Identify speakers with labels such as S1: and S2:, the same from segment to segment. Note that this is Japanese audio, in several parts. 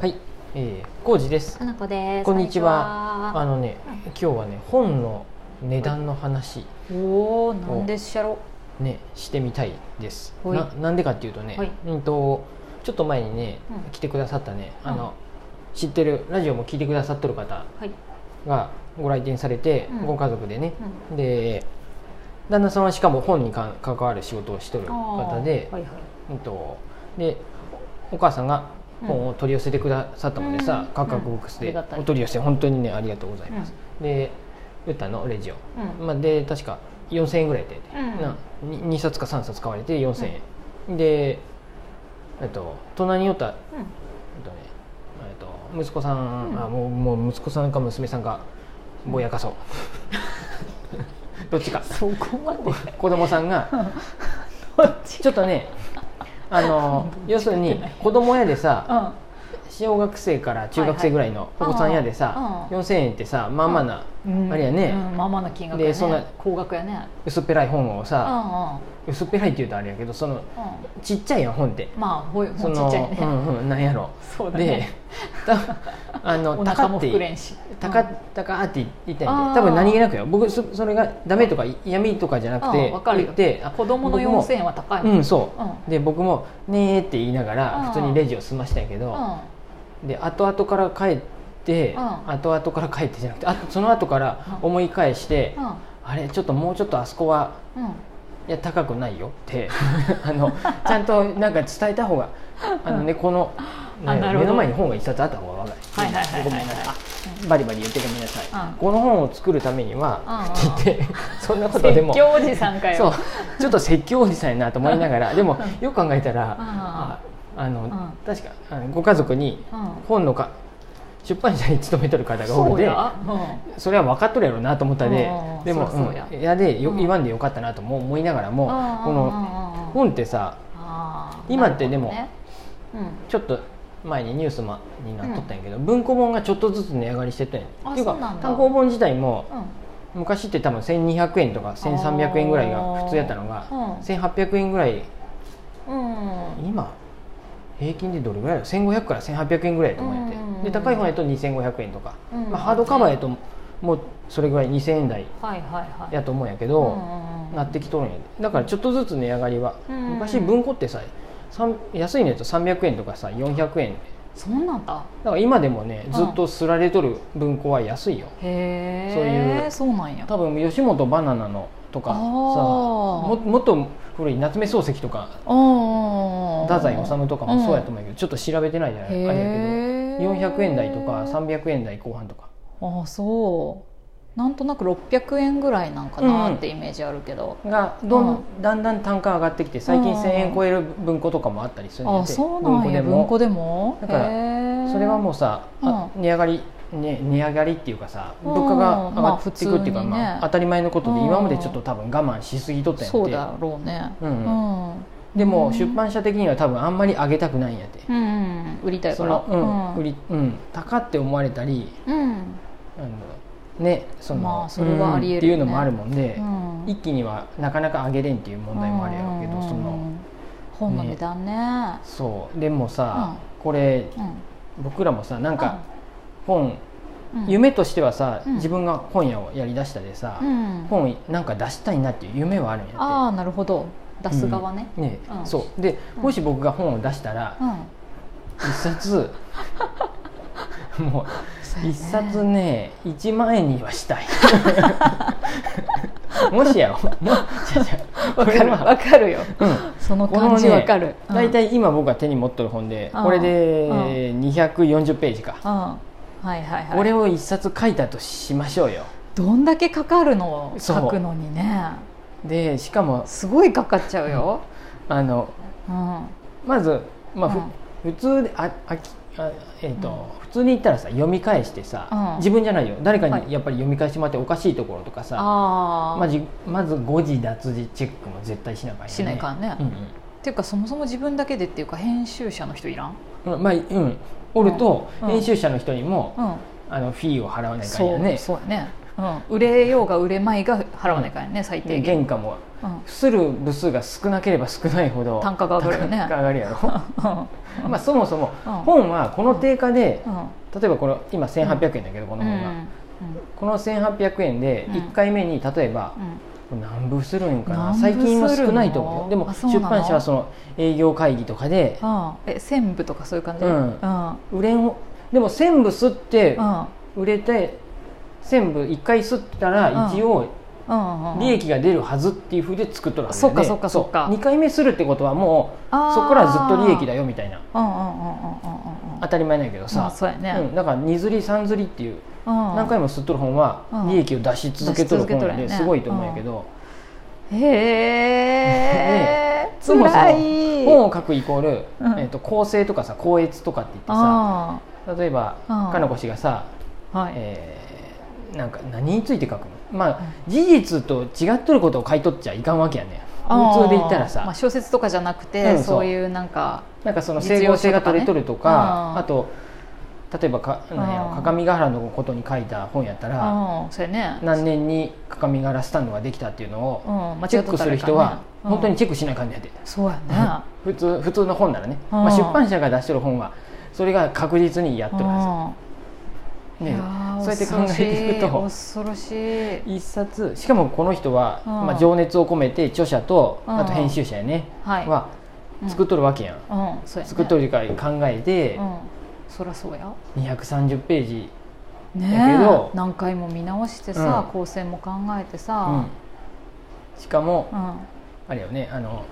S1: はい、えー、浩二です。
S2: かなこです。
S1: こんにちあ
S2: は。
S1: のね、今日はね、本の値段の話
S2: おお、なんでっしゃろ。
S1: ね、してみたいです。
S2: はい
S1: ななんでかっていうとね、
S2: はい
S1: うんとちょっと前にね、
S2: うん
S1: 来てくださったね、あ
S2: うん
S1: の知ってるラジオも聞いてくださってる方
S2: はい。
S1: がご来店されて、
S2: うん
S1: ご家族でね、で旦那さんはしかも本にか関わる仕事をしてる方で、
S2: はいはい。
S1: うんとでお母さんが本を取り寄せてくださったのでさ、
S2: うん
S1: カクカクボックス
S2: うんあ
S1: で
S2: りがたい
S1: お取り寄せ本当にねありがとうございます、でウッタのレジを、
S2: うん。
S1: まあ、で確か4000円ぐらいで、
S2: うん
S1: なに 2, 冊か3冊買われて4000円、でえっと隣におった、えっとねえっと息子さん、
S2: うん
S1: あもうもう息子さんか娘さんかぼやか そう、どっちか
S2: そこまで。
S1: 子供さん が
S2: こっち。
S1: ちょっとねあ の要するに子供やでさ、
S2: うん。
S1: 小学生から中学生ぐらいの
S2: は
S1: お
S2: いはい
S1: 子さんやでさ、
S2: うん
S1: 4000円ってさまあまあな
S2: うん
S1: あれやね
S2: うんまあまあな金額や
S1: でそんな
S2: ね。高額やね。
S1: 薄っぺらい本を
S2: うんうん。
S1: さ、
S2: うん。
S1: 薄っぺらいって言うとあれやけどそのちっちゃいやん本って
S2: まあほいも
S1: そう
S2: ち
S1: の
S2: っちゃいね。
S1: うんうんなんやろ
S2: そうだ
S1: で
S2: ね。
S1: た あの
S2: お腹
S1: 高
S2: も
S1: っ
S2: 膨れ
S1: て
S2: んし。
S1: 高
S2: うん
S1: っ高って言ったんや
S2: あ
S1: で多
S2: ー
S1: 分何気なくよ僕そそれがダメとか嫌味とかじゃなく
S2: う
S1: て
S2: んわかるよ
S1: 言ってあ
S2: 子供の
S1: 僕も
S2: 4000円は高いもん。
S1: うんそう、
S2: う
S1: で僕も「ねえ」って言いなが
S2: うん
S1: ら普通にレジを済ましたんやけど、で後々から帰って、
S2: うん
S1: 後々から帰ってじゃなくてあその後から思い返して、
S2: うん。
S1: あれちょっともうちょっとあそこは
S2: うん。うん。
S1: いや高くないよって あのちゃんとなんか伝えた方があのねこの
S2: あ
S1: ね
S2: なるほ
S1: 目
S2: ど
S1: の前に本が一冊あった方が分かる
S2: はいはいはいはいはい
S1: ごめんなさいバリバリ言ってごめんなさい、
S2: うん
S1: この本を作るためには、
S2: うんうん
S1: って言ってそんなことで
S2: 説
S1: も
S2: 教おじさんか
S1: そ
S2: よ
S1: う。ちょっと説教おじさんやなと思いながらでもよく考えたら、
S2: うん
S1: ああの、
S2: ん
S1: 確かあのご家族に
S2: うん
S1: 本のか出版社に勤めとる方がお
S2: そう
S1: るで
S2: や。うん。
S1: それは分かっとるやろうなと思ったで
S2: うん
S1: でも
S2: そりゃそうや
S1: うんいやでよ
S2: うん
S1: 言わんでよかったなとも思いながらもこの
S2: の
S1: 本ってさ今ってでもちょっと前にニュースまになっとったんやけど文庫本がちょっとずつ値上がりしてったんやね
S2: あ
S1: っていう
S2: そうな
S1: か
S2: んだ
S1: 単行本自体も昔って多分1200円とか1300円ぐらいが普通やったのが
S2: うん
S1: 1800円ぐらい今平均でどれぐらいだろう1500から1800円ぐらいやと思うんや
S2: うんうんう
S1: っ
S2: ん
S1: てで高い本やと2500円とか、
S2: うん
S1: まあ、ハードカバーやともうそれぐらい2000円台
S2: はいはいはい
S1: やと思うんやけど、なってきとるんやでだからちょっとずつ値上がりは、
S2: うんうんうん
S1: 昔文庫ってささん安いのやと300円とかさ400円
S2: そんなんだ
S1: だから今でもね
S2: うん
S1: ずっとすられとる文庫は安いよ
S2: へえそうなんや
S1: 多分吉本バナナのとか
S2: あ
S1: さ
S2: ー
S1: ももっと古い夏目漱石とか太宰治とかもそうやと思うんやけど、ちょっと調べてないじゃない、あれやけど。400円台とか300円台後半とか
S2: ああそうなんとなく600円ぐらいなんかなってイメージあるけど
S1: がどん、
S2: う
S1: だんだん単価上がってきて最近
S2: うん
S1: 1000円超える文庫とかもあったりする
S2: あ
S1: の
S2: あ
S1: で
S2: そうなんや文庫でも
S1: だからそれはも
S2: う
S1: うさ、あ値上がり、ね、値上がりっていうかさ
S2: うん
S1: 物価が上がっていくっていうか、
S2: まあ普通にね
S1: まあ当たり前のことで
S2: うん
S1: 今までちょっと多分我慢しすぎとったんやって
S2: そうだろうねうん
S1: で
S2: う
S1: も
S2: ん
S1: 出版社的には多分あんまり上げたくないんやって、
S2: うん売りたい
S1: そ
S2: か
S1: の
S2: ら
S1: うん売りうん、高って思われたり
S2: うん
S1: あのねその、
S2: まあそれはあり
S1: うんって
S2: 得る
S1: い
S2: よ
S1: う
S2: ね
S1: のもあるもんで、
S2: うん
S1: 一気にはなかなか上げれんっていう問題もあるやろうけど、その
S2: 本の値段ね
S1: そうでもさ、これ僕らもさなんか本、
S2: うん、
S1: 夢としてはさ、
S2: うん
S1: 自分が本屋をやりだしたでさ、
S2: うん、
S1: 本なんか出したいなっていう夢はあるんやって
S2: ああなるほど出す側ね、
S1: ね
S2: うん
S1: そうで
S2: うん
S1: もし僕が本を出したら、
S2: うん
S1: 一 冊も
S2: そう
S1: う
S2: やね
S1: 一冊ね1万円には したいもしやろもしや
S2: わかるわかるよ
S1: うん
S2: その
S1: この
S2: 感じ
S1: ね
S2: わかる、うん
S1: 大体今僕が手に持ってる本で
S2: うん
S1: これで240ページ
S2: う
S1: か
S2: んはいはいはい
S1: これを一冊書いたとしましょうよ
S2: どんだけかかるの
S1: そう
S2: 書くのにね
S1: でしかも
S2: すごいかかっちゃうよ、
S1: あの
S2: うん
S1: まずまあ
S2: うん
S1: ふ普通でああきあえーと普通に言ったらさ読み返して
S2: うん
S1: さ自分じゃないよ誰か
S2: は
S1: に
S2: い
S1: やっぱり読み返してもらっておかしいところとかさ
S2: ああ、
S1: まじまず誤字脱字チェックも絶対しなきゃ
S2: しないかんね、
S1: う
S2: っ
S1: ん
S2: ていうかそもそも自分だけでっていうか編集者の人いらん、
S1: うんうんまあうんおると
S2: うん
S1: 編集者の人にも
S2: うん、
S1: あのフィーを払わないかん
S2: そ
S1: や
S2: う
S1: ね
S2: そうやね、うん、売れようが売れまいが払わないからね最
S1: で
S2: 低限、
S1: 原価も
S2: うん、
S1: する部数が少なければ少ないほど
S2: 単価が上がるよね
S1: 単価上がるやろまあそもそも
S2: うん
S1: 本はこの定価で
S2: うん
S1: 例えばこの今1800円だけどこの
S2: うんう
S1: 本が、
S2: ん
S1: この1800円で
S2: うん
S1: 1回目に例えば
S2: うん
S1: これ何部するんかな
S2: 何部
S1: 最近は少ないと思うよ
S2: す
S1: で
S2: るの
S1: も
S2: あそうな
S1: 出
S2: の
S1: 版社はその営業会議とかで
S2: ああえ専部とかそういう感じ、
S1: うん
S2: うん
S1: 売れんをでも1000部すって
S2: うん
S1: 売れて1000部1回すったら
S2: うん
S1: 一応
S2: うんうん
S1: 利益が出るはずっていうふうで作っとるはず
S2: そっかそっかそっか
S1: 2回目するってことはもう
S2: あー
S1: そこからずっと利益だよみたいな
S2: うんうんうんうんうんうん
S1: 当たり前なんやけど
S2: まあ
S1: さ、
S2: そうやね、
S1: うん、だから2釣り3釣りっていう
S2: うん
S1: 何回も吸っとる本は
S2: うん
S1: 利益を出し続けとる本なん
S2: 出し続けとるよ
S1: で
S2: ね
S1: すごいと思うんやけど
S2: へえ
S1: そもそも
S2: 辛い
S1: 本を書くイコール
S2: うん
S1: えーと構成とかさ校閲とかって言ってさ
S2: あ
S1: 例えば
S2: うん
S1: かのこ氏がさ
S2: あはい、
S1: えーなんか何について書くのまあ事実と違っとることを書いとっちゃいかんわけやね普通で言ったら
S2: あーま
S1: さ
S2: あ、小説とかじゃなくて、
S1: うんそう
S2: そういうなんか
S1: なんかその整合性が取れとると
S2: 実用書とかね
S1: か
S2: うん
S1: あと例えばかなんやろ
S2: うん
S1: 各務原のことに書いた本やったら
S2: うんそうやね、うん、
S1: 何年に各務原スタンドができたっていうのを
S2: 間違
S1: チェ
S2: っ
S1: ッ
S2: と
S1: ク
S2: った
S1: す
S2: ら
S1: る
S2: いかんね
S1: 人は
S2: うん
S1: 本当にチェックしない感じやで、
S2: そうやね
S1: 普通普通の本ならね、
S2: うん
S1: まあ、出版社が出してる本はそれが確実にやってるはず、ね、そうやって考えていくと
S2: 恐ろしい恐ろしい
S1: 一冊しかもこの人は、
S2: うん
S1: まあ、情熱を込めて著者と
S2: うん
S1: あと編集者やね、
S2: はい、
S1: は作っとるわけやん、
S2: うん、うん、そうやね
S1: 作っとるから考えて
S2: うんそりゃそうや
S1: 230ページ、
S2: ね
S1: やけど
S2: え何回も見直してさ、
S1: うん
S2: 構成も考えて
S1: うん
S2: さ、
S1: しかも
S2: うん
S1: あれよねあの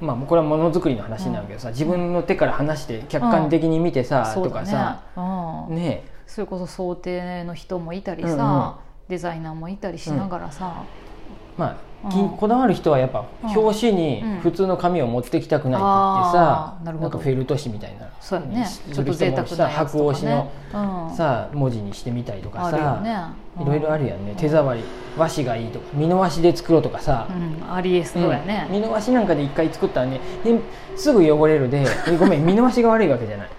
S1: まあ、これはものづくりの話になるけどさ、自分の手から話して客観的に見てさ、
S2: そう
S1: と
S2: だ
S1: か
S2: ね
S1: さ、
S2: うん
S1: ね
S2: それこそ想定の人もいたりさ、デザイナーもいたりしながらさ、
S1: まあ、き
S2: うん
S1: こだわる人はやっぱ
S2: うん
S1: 表紙に
S2: うん
S1: 普通の紙を持ってきたくないって言ってさ
S2: あ、ーなるほ
S1: なん
S2: ど
S1: かフェルト紙みたいな
S2: そうやね
S1: し
S2: ちょっと贅沢なやつと
S1: 白
S2: か
S1: 押し
S2: ね
S1: の、
S2: うん、
S1: さ文字にしてみたりとか
S2: あるよ
S1: さ、
S2: ね
S1: いろいろあ
S2: る、
S1: るやんね
S2: ん
S1: 手触り和紙がいいとか美濃和紙で作ろうとかさ
S2: う、ん、ありえそうやね、
S1: うん美濃和紙なんかで一回作ったらねですぐ汚れるでえごめん美濃和紙が悪いわけじゃない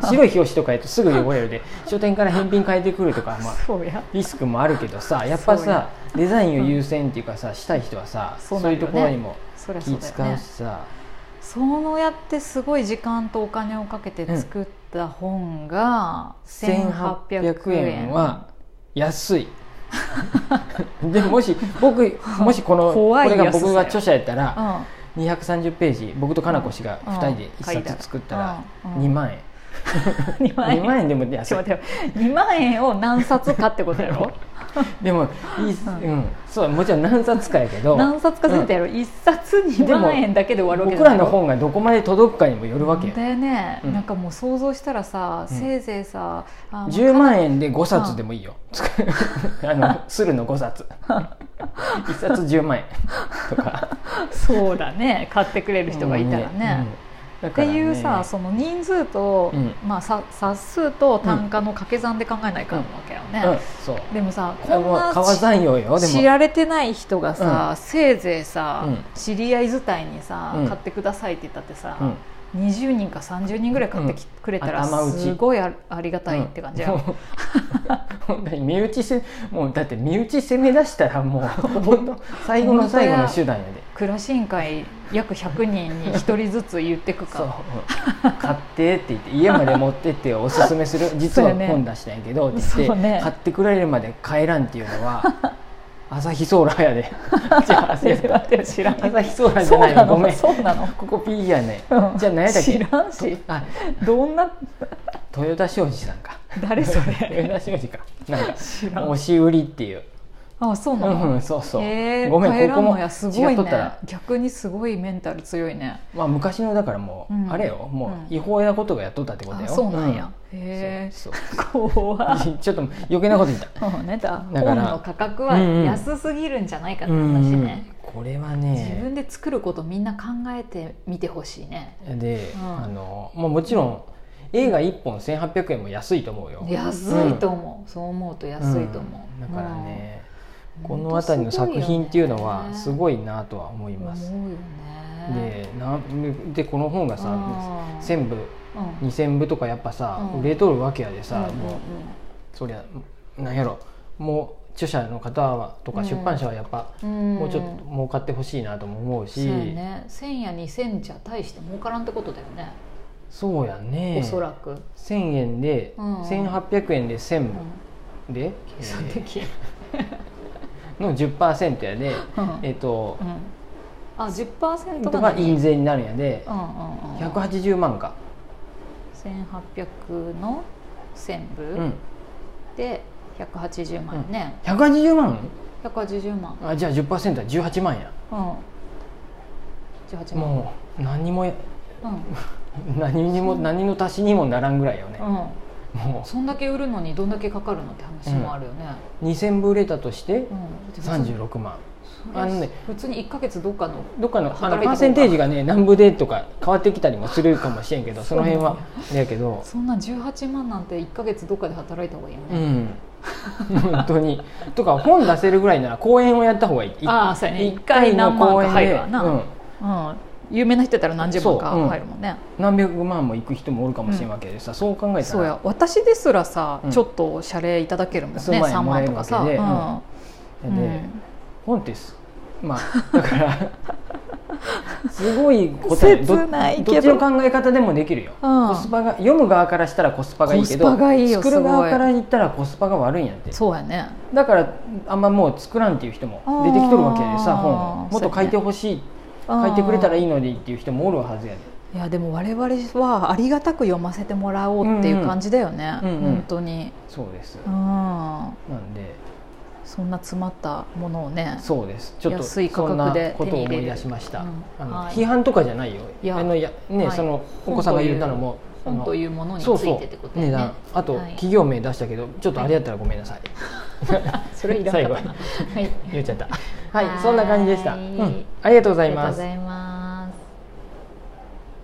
S1: 白い表紙とかやとすぐ汚れるで書店から返品変えてくるとか、まあ、
S2: そうや
S1: リスクもあるけどさやっぱ
S2: そう
S1: さ
S2: や
S1: デザインを優先っていうかさしたい人はさ
S2: そ
S1: そうう,、
S2: なる
S1: い
S2: よ
S1: う
S2: ね
S1: ところにも
S2: そりゃ
S1: 気
S2: そうだよ
S1: 使う
S2: ね
S1: しさ
S2: そうやってすごい時間とお金をかけて作った本が
S1: 1800
S2: 1800
S1: 円
S2: 円
S1: は安い でもし僕もしこのこ
S2: 怖い
S1: れが
S2: 安さ
S1: 僕
S2: よ
S1: が著者やった
S2: う
S1: ら
S2: ん、
S1: 230ページ僕とかなこ氏が2人で
S2: うん
S1: 1冊作ったら
S2: うんう
S1: 2
S2: ん
S1: 万円
S2: 2万円
S1: 2万円でも安
S2: ち
S1: い
S2: ょっと待ってよ2万円を何冊かってことや ろ
S1: でもいいっすうんそうもちろん何冊かやけど
S2: 何冊か全てやろ、一冊2万円だけで終わるわけ
S1: 僕
S2: じゃな
S1: ら
S2: い
S1: の本がどこまで届くかにもよるわけよ
S2: だよね、
S1: うん
S2: なんかもう想像したらさ、
S1: うん
S2: せいぜいさあ
S1: 10万円で5冊でもいいよ あ のスルの5冊1冊10万円とか
S2: まあ そうだね買ってくれる人がいたらね,、
S1: うんだ
S2: っ
S1: か
S2: て
S1: らね
S2: いうさその人数と、
S1: うん
S2: まあ、さ冊数と単価の掛け算で考えないかんわけよ
S1: う
S2: ね
S1: ん、、そう
S2: でもさ
S1: こ
S2: こん
S1: もう
S2: な
S1: 川山用よでも
S2: 知られてない人がさ、せいぜいさ、
S1: うん
S2: 知り合い伝いにさ、
S1: うん
S2: 買ってくださいって言ったってさ、
S1: うん
S2: 20人か30人ぐらい買ってき、くれたら
S1: 頭打ち
S2: すごいあありがたいって感じ
S1: う
S2: や、
S1: ん もう本当に身内せもうだって身内攻め出したら もう本当最後の最後の手段やで
S2: 暮らし委員会約100人に1人ずつ言ってく
S1: そう
S2: か
S1: うん買ってって言って家まで持ってっておすすめす る実は
S2: そうやね
S1: 本出したんやけどって言
S2: そう
S1: って、
S2: ね
S1: 買ってくれるまで帰らんっていうのは朝日ソーラー やでじゃあ朝
S2: 先
S1: 日
S2: 生だって知らん
S1: 朝日ソーラーじ
S2: そ
S1: ゃ
S2: う
S1: ない
S2: な
S1: のご
S2: の
S1: めん
S2: そうなの
S1: ここ P やね
S2: うん
S1: じゃあ何やったっけ
S2: 知らんし
S1: とあ
S2: どんな
S1: 豊田商事さんか
S2: 誰そ
S1: 豊
S2: れ
S1: 田商事かなんか
S2: 知らん
S1: 押し売りっていう
S2: あそうな
S1: う
S2: の
S1: んそうそう、
S2: えー
S1: ごめん
S2: 帰
S1: こ
S2: ら
S1: こ
S2: ん
S1: も
S2: のやすご
S1: 違
S2: い
S1: っとった
S2: ね
S1: ら、
S2: 逆にすごいメンタル強いね
S1: まあ、昔のだからもう、
S2: うん
S1: あれよも
S2: うん
S1: う違法なことがやっとったってこと
S2: あ
S1: よ
S2: そうなんや、へえ
S1: そう
S2: 怖
S1: そう ちょっと余計なこと言った
S2: そうねだ
S1: だから
S2: 本の価格は
S1: うんうん
S2: 安すぎるんじゃないかって
S1: うん
S2: 話
S1: うん
S2: ね、
S1: これは
S2: 自分
S1: ね
S2: で作ることみんな考えてみてほしいね
S1: で、
S2: うん
S1: あのもうもちろん映画1本1800円も安いと思うよ
S2: 安いと思う、そう思うと安いと思う、
S1: うんだからね、
S2: うん
S1: この辺りの作品っていうのはす
S2: い
S1: ごいなとは思います、
S2: 思うよね
S1: でなんでこの本がさ
S2: うん
S1: 1000部
S2: うん
S1: 2000部とかやっぱさ、
S2: うん
S1: 売れとるわけやでさ、
S2: うん
S1: もうそりゃなんやろもう著者の方はと
S2: う
S1: か
S2: ん
S1: 出版社はやっぱ、
S2: うん
S1: もうちょっと儲かってほしいなとも思う
S2: そう
S1: し、
S2: やね1000や2000じゃ大して儲からんってことだよね、
S1: そうやね
S2: おそらく、
S1: 1000円で、
S2: うん
S1: 1800円で
S2: う
S1: 1000
S2: ん、
S1: で、
S2: 計算的、
S1: えーの10%やで、
S2: うん
S1: えっと
S2: うん、あ10%
S1: と
S2: が
S1: か
S2: 何
S1: 印税になるんやで
S2: うんうんうん、
S1: 180万か、
S2: 1800の1000部、
S1: うん、
S2: で180万円ね、
S1: 180万
S2: 180万
S1: あじゃあ10%は18万や
S2: うん18万
S1: もう何にも
S2: うん、
S1: 何にも何の足しにもならんぐらいよね、
S2: うん、
S1: も
S2: そんだけ売るのにどんだけかかるのって話もあるよね、
S1: う2000部売れたとして
S2: うん
S1: 36万
S2: あ
S1: あ
S2: の
S1: の
S2: ね
S1: ね
S2: 普通に1か月どっかの
S1: どっかのあ
S2: 働い
S1: の
S2: て
S1: パーセンテージがね何部でとか変わってきたりもするかもしれんけどその辺はだやけど
S2: そんな18万なんて1か月どっかで働いた方がいいよ
S1: う
S2: ね、
S1: ん本当にとか本出せるぐらいなら公演をやった方がいい
S2: ああそうやね
S1: 一
S2: 一回何万か入るわな
S1: うん
S2: うん有名な人やったら何十万か
S1: そううん
S2: 入るもんね
S1: 何百万も行く人もおるかもしれんわけでさ、そう考えたら
S2: そうや私ですらさ、
S1: うん
S2: ちょっと謝礼いただけるもんね
S1: そうまあ
S2: 3万とかさ、
S1: もらえる
S2: うん
S1: わで、本ってすまあだから すごい答えど
S2: 切ないけど
S1: どっちの考え方でもできるよ、
S2: うん
S1: コスパが読む側からしたらコスパがいいけど
S2: コスパがいいよ
S1: 作る側
S2: す
S1: か
S2: ご
S1: ら言ったらコスパが悪いんやって
S2: そうやね
S1: だからあんまもう作らんっていう人も出てきとるわけやで
S2: あー
S1: さ本をもっと書いてほしい、書いてくれたらいいのにっていう人もおるはずやで
S2: いやでも我々はありがたく読ませてもらおうっていう感じだよね、
S1: うんうん
S2: 本当に、
S1: そうです、
S2: うん、
S1: なんで
S2: そんな詰まったものをね
S1: そうですちょっと
S2: 安い価
S1: そん
S2: 格
S1: な
S2: で
S1: ことを思
S2: 手に入れる
S1: い出しました、
S2: うん
S1: あの
S2: はい
S1: 批判とかじゃないよ
S2: いや
S1: あのや、ね
S2: はい
S1: そのお子さんがいるなのも
S2: 本と
S1: う
S2: いうものにつ
S1: そうそ
S2: いうてってことだ
S1: 値
S2: よね
S1: 段あと、
S2: はい
S1: 企業名出したけどちょっとあれやったらごめんなさい、
S2: それいらんかったな、はい、
S1: 言っちゃった
S2: は
S1: はいいそんな感じでした、
S2: は
S1: う
S2: い
S1: ん、ありがとうご
S2: あ
S1: ざ
S2: り
S1: い
S2: がとう
S1: ま
S2: ご
S1: す
S2: ざいます